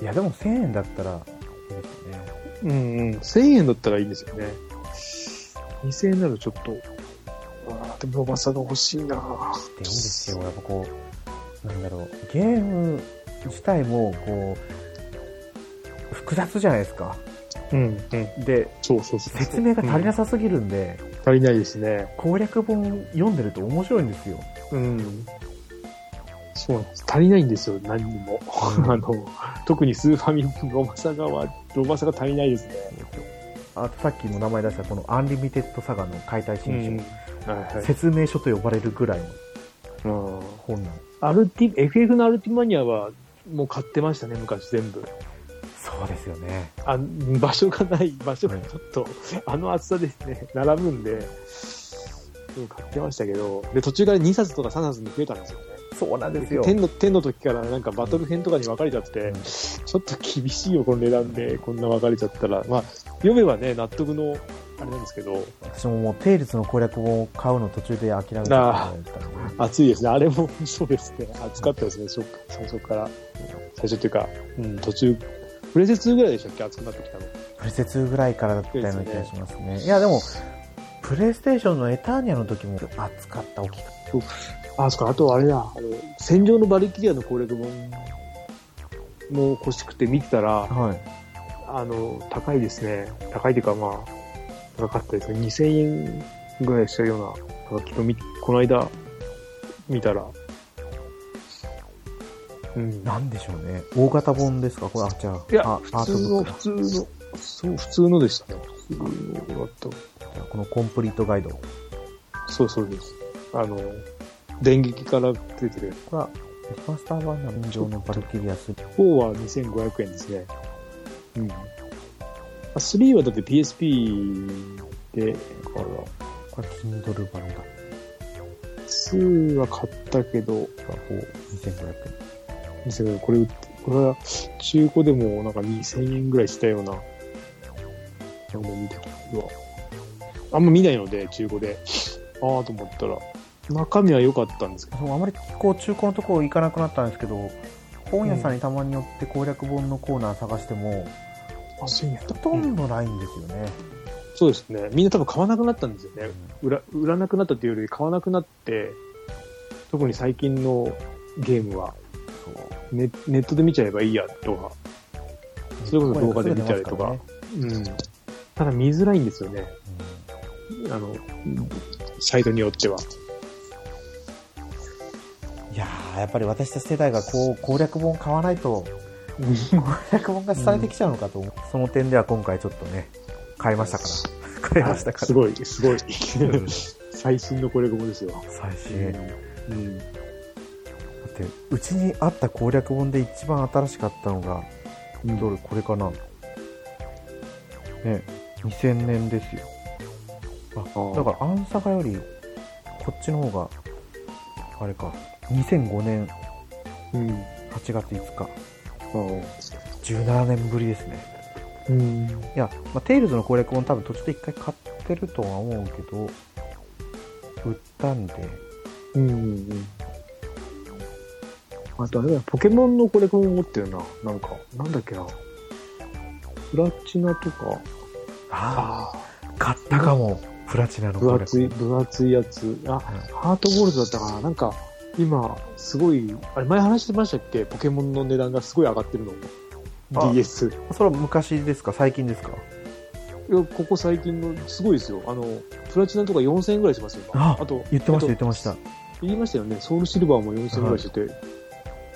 いや、でも1000円だったら、いいですね。うんうん、1000円だったらいいんですよね。2000円ならちょっと、あーでもロバサが欲しいなで、いいんですよ。やっぱこう、なんだろう。ゲーム自体も、こう、複雑じゃないですか。うんうん。で、そうそうそう。説明が足りなさすぎるんで、足りないですね。攻略本読んでると面白いんですよ。うん。そうなんです。足りないんですよ、何にも。 あの、特にスーファミロマサガは、ロマサガ足りないですね。あとさっきも名前出したこのアンリミテッドサガの解体新書、はいはい。説明書と呼ばれるぐらいのうん本なんでアルティ、FF のアルティマニアは、もう買ってましたね、昔全部。す。そうですよね。あ場所がない、場所がちょっと、あの厚さですね、並ぶんで、うん買ってましたけど、で、途中から2冊とか3冊に増えたんですよね。そうなんですでよ。天の天の時からなんかバトル編とかに分かれちゃって、うんちょっと厳しいよ、この値段で、こんな分かれちゃったら、まあ、読めばね、納得のあれなんですけど、私ももう、テイルズの攻略本を買うの途中で諦めてたあんで、熱いですね、あれもそうですね、熱かったですね、初最初から、最初っていうか、うん、途中、プレゼ2ぐらいでしたっけ、熱くなってきたの。プレセ2ぐらいからだったような気がしますね。いや、でも、プレイステーションのエターニアの時も熱かった、大きかっあ、そっか、あとあれだ、あの、戦場のバルキリアの攻略本も欲しくて見てたらた。、はい。あの、高いですね。高いっていうか、まあ、高かったですね。2000円ぐらいしたような、なんかきっとみ、この間、見たら、うんなんでしょうね。大型本ですかこれ、あ、じゃあ、いや、あア普ート通ブックの、だ普。通の、そう、普通のでしたね。普通のだった。じゃあこのコンプリートガイド。こそうそうです。あの、電撃から出てる。れは、スパスターバーナ臨場のバルキリアス。 4は2500円ですね。うん。あ3はだって PSP で、これは、これ、Kindle 版だ。 2は買ったけど、これは2500円。ですけどこれ売って、これは中古でもなんか2000円ぐらいしたような、なんか見たけど、あんま見ないので、中古で。ああと思ったら、中身は良かったんですけど、そうあまり、こう、中古のところ行かなくなったんですけど、本屋さんにたまに寄って攻略本のコーナー探しても、あ、そうほとんどないんですよね。そうですね。みんな多分買わなくなったんですよね。売ら売らなくなったというより買わなくなって、特に最近のゲームは、ネネットで見ちゃえばいいやとか、それこそ動画で見たりとかうんうん、ただ見づらいんですよね。あの、サイトによっては。いやーやっぱり私たち世代がこう攻略本買わないと攻略本が廃れてきちゃうのかと思う、その点では今回ちょっとね買いましたから買いましたから、すごい、すごい。うん最新のこれもですよ。最新、だうん、ってうちにあった攻略本で一番新しかったのがうんどれこれかなね2000年ですよーあだからアンサガよりこっちの方があれか2005年うん8月5日17年ぶりですねうんいや、まあ、テイルズの攻略本多分途中で一回買ってるとは思うけど、売ったんで、うんうんあとあれだよポケモンのコレクション持ってるな。なんか、なんだっけな。プラチナとか。あああ、買ったかも、プラチナの分攻略厚い、本。分厚いやつ。あ、ハートボールドだったかな。なんか、今、すごい、あれ前話してましたっけポケモンの値段がすごい上がってるあの。DS。いそれは昔ですか最近ですかや、ここ最近の、すごいですよ。あの、プラチナとか4000円ぐらいしますよ。今ああと、言ってました、え言っってました。と言いましたよね。ソウルシルバーも4000円ぐらいしてて、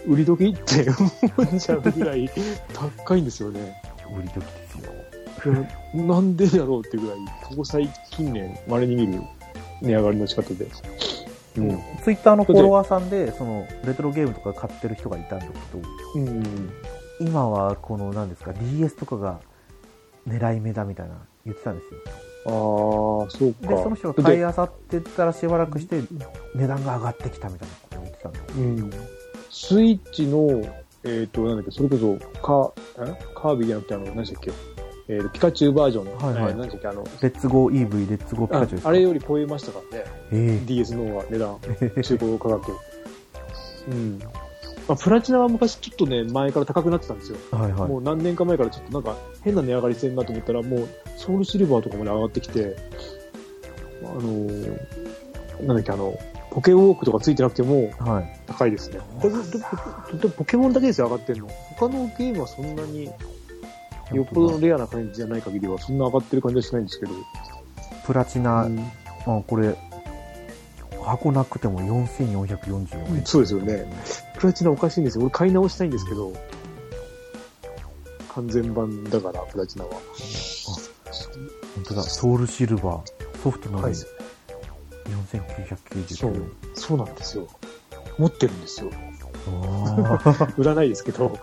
売り時って思っちゃう ぐらい高いんですよね。売り時ですよ。いやなんでだろうっていうぐらい、ここ最近年、稀に見る値上がりの仕方で。うん。ツイッターのフォロワーさんで、その、レトロゲームとか買ってる人がいたんだけど、うん。今はこの、なんですか、DS とかが狙い目だみたいな言ってたんですよ。ああ、そうか。で、その人が買い漁ってたらしばらくして、値段が上がってきたみたいなことを言ってたんで。うん。スイッチの、えっ、と、なんだっけ、それこそ、カー、んカービィじゃなくて、あの、何でしたっけ、えーと、ピカチュウバージョン。はいはいえー何でしたっけ、あの、レッツゴー EV、レッツゴーピカチュウですあかあれより超えましたからね。え DS の方が 値段、え中古価格。うん。まあ、プラチナは昔ちょっとね、前から高くなってたんですよ。はいはいも。う何年か前からちょっとなんか変な値上がりしてんなと思ったら、もうソウルシルバーとかまで上がってきて、あのー、なんだっけ、あの、ポケウォークとかついてなくてもはい。高いですね。これ、ででポケモンだけですよ、上がってるの。他のゲームはそんなに、よっぽどのレアな感じじゃない限りは、そんな上がってる感じはしないんですけど。プラチナ、うんあこれ、箱なくても4444円。そうですよね。プラチナおかしいんですよ。俺買い直したいんですけど、完全版だから、プラチナは。本当だ、ソウルシルバー、ソフトの高みいですよそ4999う円。、そうなんですよ。持ってるんですよ。あー 売らないですけど。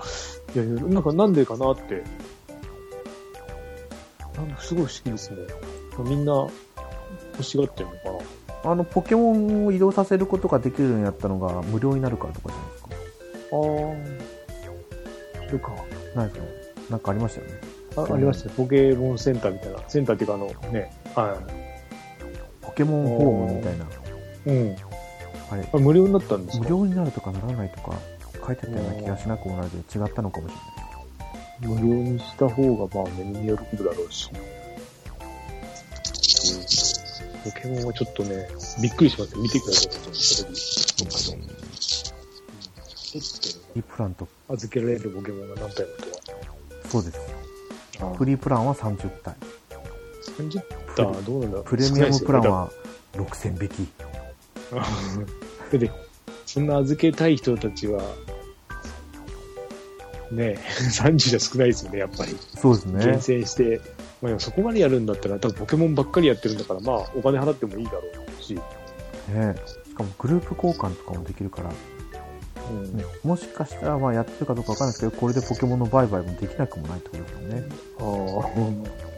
いやいや、なんかなんでかなって。なんかすごい不思議ですね。みんな欲しがってるのかあの、ポケモンを移動させることができるようになったのが無料になるからとかじゃないですか。な。ああ。それか。ないですかねなんかありましたよね。あありましたね。ポケモンセンターみたいな。センターっていうかあのね、はポケモンホームみたいな。い。うん。あれ、あ無料になったんですか無料になるとかならないとか書いてあったような気がしなくもないけど、違ったのかもしれない。無料にした方がまあ目に喜ぶだろうし。ポケモンはちょっとね、びっくりしますよ。見てください。ちょっとリプランと、預けられるポケモンが何体もとそうです。は。フリープランは30体。 30体どうなんだろうプレミアムプラン。は6000匹。少ないですよね多分で、そんな預けたい人たちは、ね、30じ ゃ少ないですよね、やっぱり。そうですね。厳選して、まあ、でもそこまでやるんだったら、多分ポケモンばっかりやってるんだから、まあ、お金払ってもいいだろうし、ねしかもグループ交換とかもできるから、うんね、もしかしたらまあやってるかどうかわかんないですけど、これでポケモンの売買もできなくもないってことですよね。ああ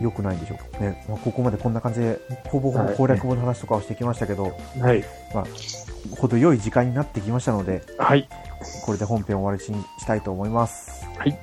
良くないんでしょうか。ね、まあ、ここまでこんな感じで、ほぼほぼ攻略本の話とかをしてきましたけど、 はい、程よい時間になってきましたので、はい、これで本編を終わりにしたいと思います。はい。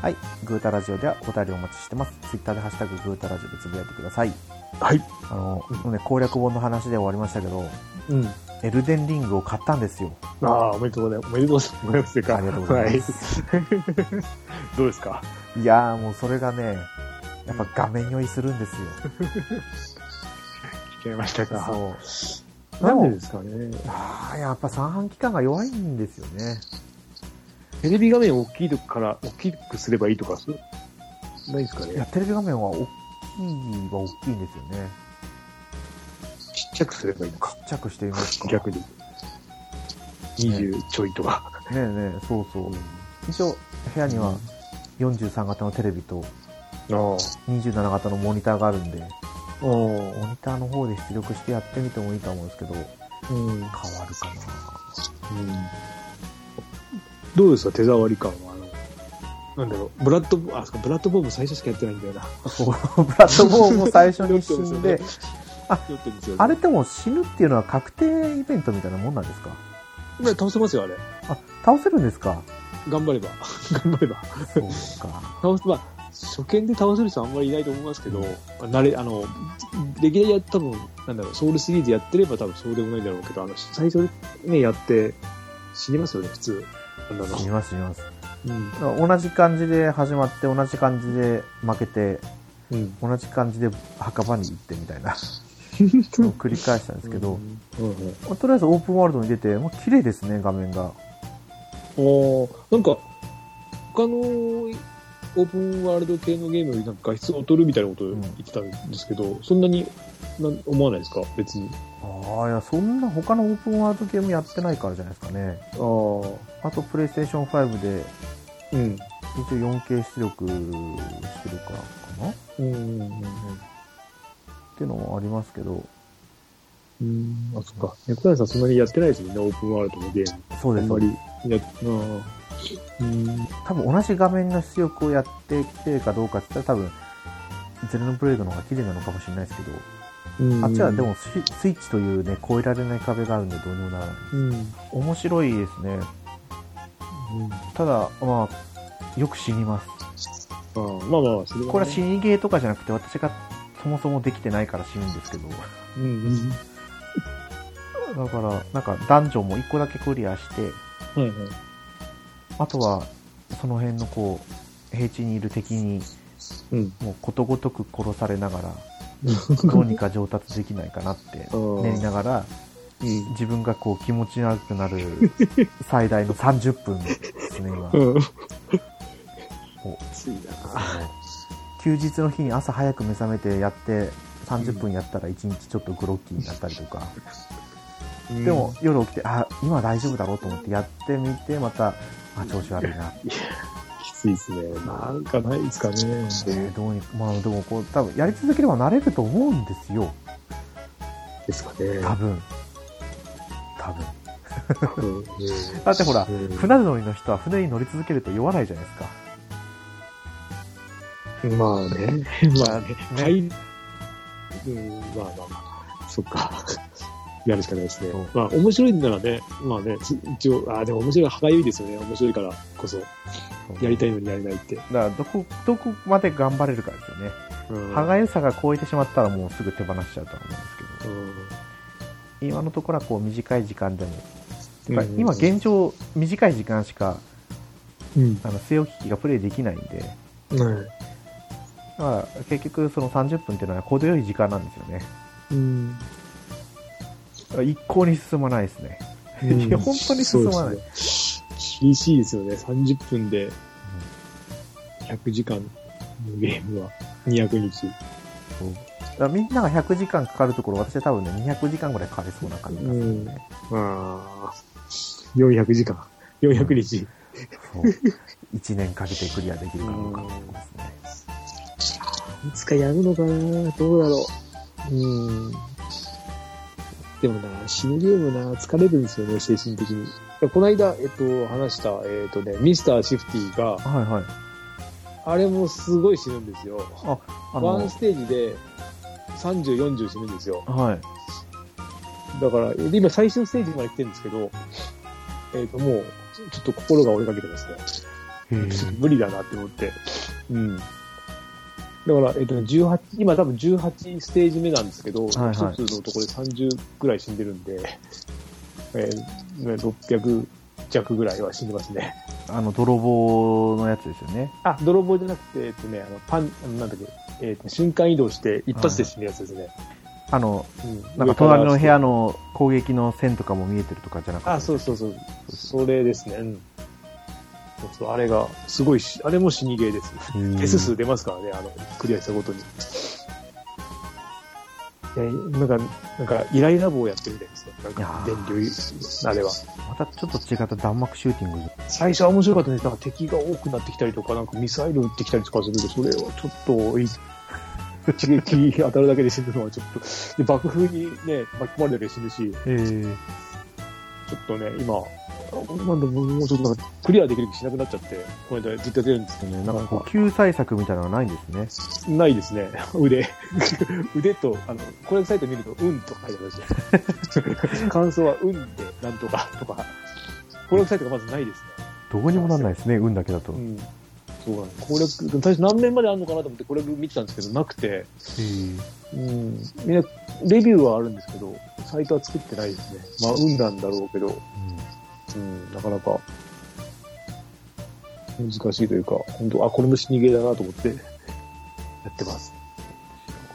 はい。グータラジオではお便りお待ちしてます。ツイッターでハッシュタググータラジオでつぶやいてください。はい、あの、うんもうね、攻略本の話で終わりましたけど、うん。エルデンリングを買ったんですよ。ああ、おめでとうございます。おめでとうございます。。ありがとうございますはい、 どうですかいやーもうそれがね、やっぱ画面酔いするんですよ。聞けましたかそう。なんでですかね。ああ、やっぱ三半規管が弱いんですよね。テレビ画面を大きいとこから、大きくすればいいとか、そうないですかいや、ね。テレビ画面は大きいは大きいんですよね。ちっちゃくすればいいのか。ちっちゃくしてみますか。逆に。20ちょいとか。ねえねえ、そうそう。一応、部屋には43型のテレビとああ。 27型のモニターがあるんで、おモニターの方で出力してやってみてもいいと思うんですけど、変わうん、うん、るかどうですか手触り感はあのなんだろうブラッドボあそうかブラッドボーム最初しかやってないんだよなな。そう、プラットフォームを最初に死ん で、あ酔ってるんですよねあれでも死ぬっていうのは確定イベントみたいなもんなんですかいや倒せますよあれあ、倒せるんですか頑張れば頑張ればそうか。倒すまあ初見で倒せる人はあんまりいないと思いますけど、まあ慣れあの歴代や多分なんだろうソウルシリーズやってれば多分そうでもないだろうけどあの最初ねやって死にますよね普通あんなの死にます、死にます。うん同じ感じで始まって、同じ感じで負けて、うん同じ感じで墓場に行ってみたい な、を繰り返したんですけど、うんうんうんまあとりあえずオープンワールドに出て、もう綺麗ですね、画面が。おなんか、他のオープンワールド系のゲームよりなんか画質を劣るみたいなことを言ってたんですけど、そんなになん思わないですか別に。ああ、いや、そんな他のオープンワールドゲームやってないからじゃないですかね。ああ、うあと、プレイステーション5で、ん。一応 4K 出力してるからかなっうんうんうんていうのもありますけど、うん。あ、そっか。猫屋さんそんなにやってないですもんね、オープンワールドのゲーム。そうあでんすま。りやっ、ああ。うん。多分同じ画面の出力をやってきてるかどうかって言ったら多分、ゼレノブレードの方が綺麗なのかもしれないですけど、うんあっちはで、もスイスイッチというね、越えられない壁があるんでどうにもならない。うん。うん面白いですね。ただ、まあ、よく死にます。ああまあまあまあ、それはねこれは死にゲーとかじゃなくて、私がそもそもできてないから死ぬんですけど。うんうん。だから、なんかダンジョンも1個だけクリアして、はいはい。あとは、その辺のこう、平地にいる敵に、うん。もうことごとく殺されながら、ど うにか上達できないかなって、うん練りながら、うん。自分がこう気持ち悪くな る最大の30分ですね、今。うん。おついな。休日の日に朝早く目覚めてやって、30分やったら1日ちょっとグロッキーになったりとか。でも、夜起きて、あ、今大丈夫だろうと思ってやってみて、また、あ、調子悪いな。きついですね。なんかないですかね。えーどうにまあでもこう、多分やり続ければ慣れると思うんですよ。ですかね。多分。多分。うんだってほら、うん船乗りの人は船に乗り続けると酔わないじゃないですか。まあね。 まあね。はい。うん、まあまあまあ。そっか。 やるしかないですねそう。まあ、面白いならね、まあね、つ一応、ああ、でも面白い、歯がゆいですよね。面白いからこそ、やりたいのにやれないって。だから、どこ、どこまで頑張れるかですよね。うん歯がゆさが超えてしまったらもうすぐ手放しちゃうとは思うんですけど。うん今のところはこう短い時間でも、てうかん今現状短い時間しかうん。あの据え置き機がプレイできないんでうん。まあ、結局その30分っていうのは程よい時間なんですよねうん。一向に進まないですねうんいや本当に進まないそうですね厳しいですよね。30分で100時間のゲームは200日。だからみんなが100時間かかるところ私は多分ね200時間ぐらいかかりそうな感じがするんで、ねああ。400時間。400日。そう1年かけてクリアできるかどうかってことですねいつかやるのかなどうだろう。うん。でもな、死ぬゲームな、疲れるんですよね、精神的に。この間、えっと、話した、えっとね、ミスターシフティが、はいはいあれもすごい死ぬんですよ。あワンステージで30、40死ぬんですよ。はいだから、で今最終ステージまで来てるんですけど、えっ、と、もう、ちょっと心が折れかけてますね。無理だなって思って。うん。だから、えっ、とね、18、今多分18ステージ目なんですけど、一、はいはいつのところで30ぐらい死んでるんで、えーね600弱ぐらいは死んでますね。あの泥棒のやつですよねあ、泥棒じゃなくて、えっ、とね、あの、パン、あのなんだっけ、えっ、と、瞬間移動して一発で死ぬやつですね。あのうんなんか隣の部屋の攻撃の線とかも見えてるとかじゃなくてあ、そうそうそう。それですね。うん。そうそうあれが、すごいし、あれも死にゲーです。うん手数数出ますからね、あの、クリアしたごとに。いや、なんか、なんか、イライラ棒やってるみたいですね。なんいやか、電ー流、あれは。またちょっと違った弾幕シューティング最初は面白かったです。なんか敵が多くなってきたりとか、なんかミサイル撃ってきたりとかするんで、それはちょっとい、一撃当たるだけで死ぬのはちょっと、で、爆風にね、巻き込まれるだけで死ぬし、えー、ちょっとね、今、なんだもうもうちょっとなんかクリアできる気しなくなっちゃって、この間ずっとやってるんですけどね、ななんかんこかう、救済策みたいなのはないんですね。ないですね、 腕。腕と、あの、攻略サイト見ると、うんとか書いてあるんですよ。感想は、うんで、なんとか、とか。攻略サイトがまずないですね。どうにもなんないですね、運だけだと。うえん。そうなんです。攻略、最初何面まであるのかなと思って攻略見てたんですけど、なくて、ーうん。みんな、レビューはあるんですけど、サイトは作ってないですね。まあ、運なんだろうけど、うん、なかなか難しいというか、本当あ、これも死にゲーだなと思ってやってます。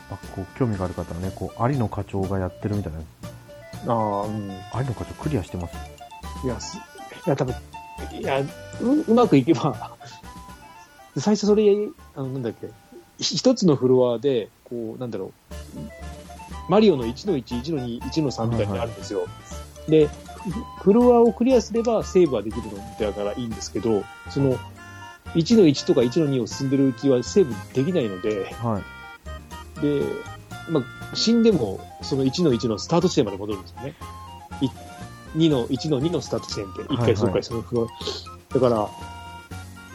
あこう興味がある方はね、こう、有野課長がやってるみたいな、ああ、うん。い有野課長クリアしてます。や、すいや、多分、いや、ううまくいけば、最初それ、あの、なんだっけ、ひ一つのフロアで、こう、なんだろう、マリオの1の1、1の2、1の3みたいにあるんですよ。で、フフロアをクリアすればセーブはできるのだからいいんですけど、その、1の1とか1の2を進んでるうちはセーブできないので、はい。で、まあ、死んでも、その1の1のスタート地点まで戻るんですよね。い2の1の2のスタート地点って、1はいはい回そっかそのフロア。だか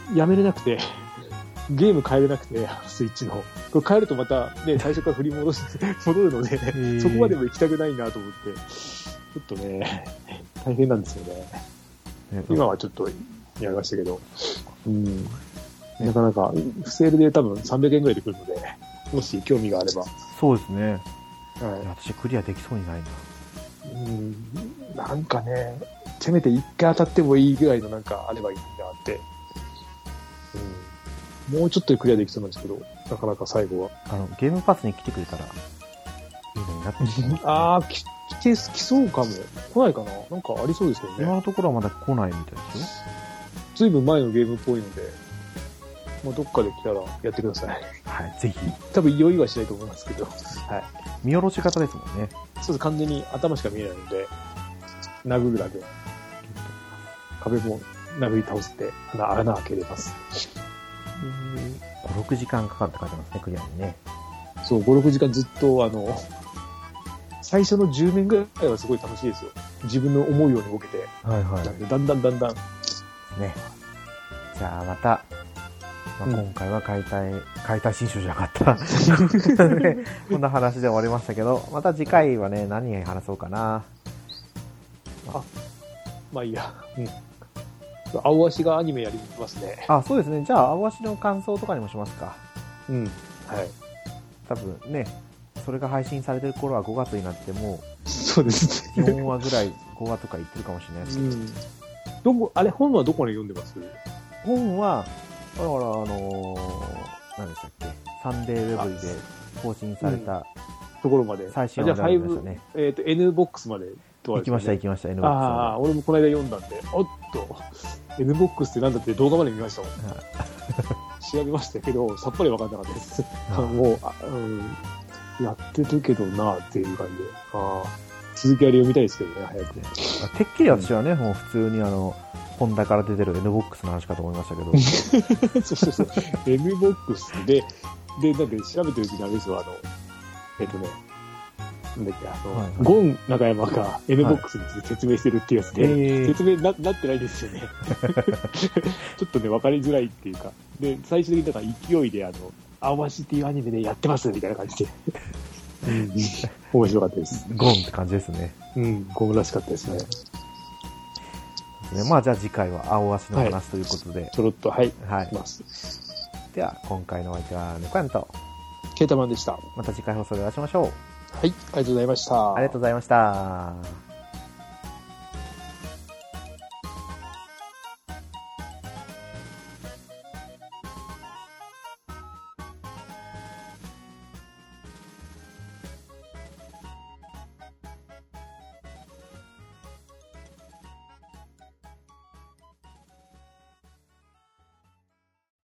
ら、やめれなくて、 ゲーム変えれなくて、スイッチの。これ変えるとまた、ね、最初から振り戻す、 戻るので、ーそこまでも行きたくないなと思って、ちょっとね、大変なんですよね。ね今はちょっとやりましたけど、うん、なかなか、不セールで多分300円ぐらいで来るので、もし興味があれば、そうですね。いやは私クリアできそうにないな。いうん、なんかね、せめて1回当たってもいいぐらいのなんかあればいいなって、うん、もうちょっとでクリアできそうなんですけど、なかなか最後は。あの、ゲームパスに来てくれたら、いいのになって 思いますねあー、き来て、来そうかも。来ないかななんかありそうですけど今ね。のところはまだ来ないみたいですよ。ずいぶん前のゲームっぽいので、まあ、どっかで来たらやってください。はい、ぜひ。多分酔いはしないと思いますけど、はい。見下ろし方ですもんね。そうです完全に頭しか見えないので、殴るだけ。壁も殴り倒して、穴、穴開けれます。 5、6時間かかるって書いてますね、クリアにね。そう、5、6時間ずっと、あの、最初の10面ぐらいはすごい楽しいですよ。自分の思うように動けて、はいはなんでだんだんだんだん、ね。じゃあまた、まあ、うん今回は解体、解体新書じゃなかった。 ねこんな話で終わりましたけど、また次回はね、何話そうかな。まあいいや。うん。青足がアニメやりますね。あ、そうですね。じゃあ、青足の感想とかにもしますか。うん。はい。多分ね、それが配信されてる頃は5月になってもそうですう、ね。 4話ぐらい、5話と か言ってるかもしれないですうけど、ん。どこ、あれ、本はどこまで読んでます本は、だから、あのー、何でしたっけ、サンデーウェブリで更新されたところまで。最新あじゃ話あがありましたね。 5、えっ、と、N ボックスまでと行かですきよねました、行きました、N ボックスああ、俺もこの間読んだんで、おっと、N ボックスってなんだって動画まで見ましたもん。 調べましたけど、さっぱり分かんなかったです。もうあ、うん、やってるけどなっていう感じで。ああ続きあれ読みたいですけどね、早くね。まあてっきり私はね、もう普通にあの、ホンダから出てる N ボックスの話かと思いましたけど、 そうそうそう。N ボックスで、で、なんで調べてるうちにあれですよ、あの、えっ、とね、なんだっけ、あの、はいはいゴン中山が N ボックスについて説明してるってやつで、えー説明ななってないですよね。 ちょっとね、分かりづらいっていうか、で、最終的にだから勢いで、あの、アワシっていうアニメでやってますみたいな感じで。うん面白かったです。ゴンって感じですね。うん、ゴムらしかったですね。ねまあじゃあ次回は青足の話ということで、ちょろっと、はい、はい。します。では、今回のお相手は猫やんと、ケータマンでした。はまた次回放送でお会いしましょう。い、ありがとうございました。ありがとうございました。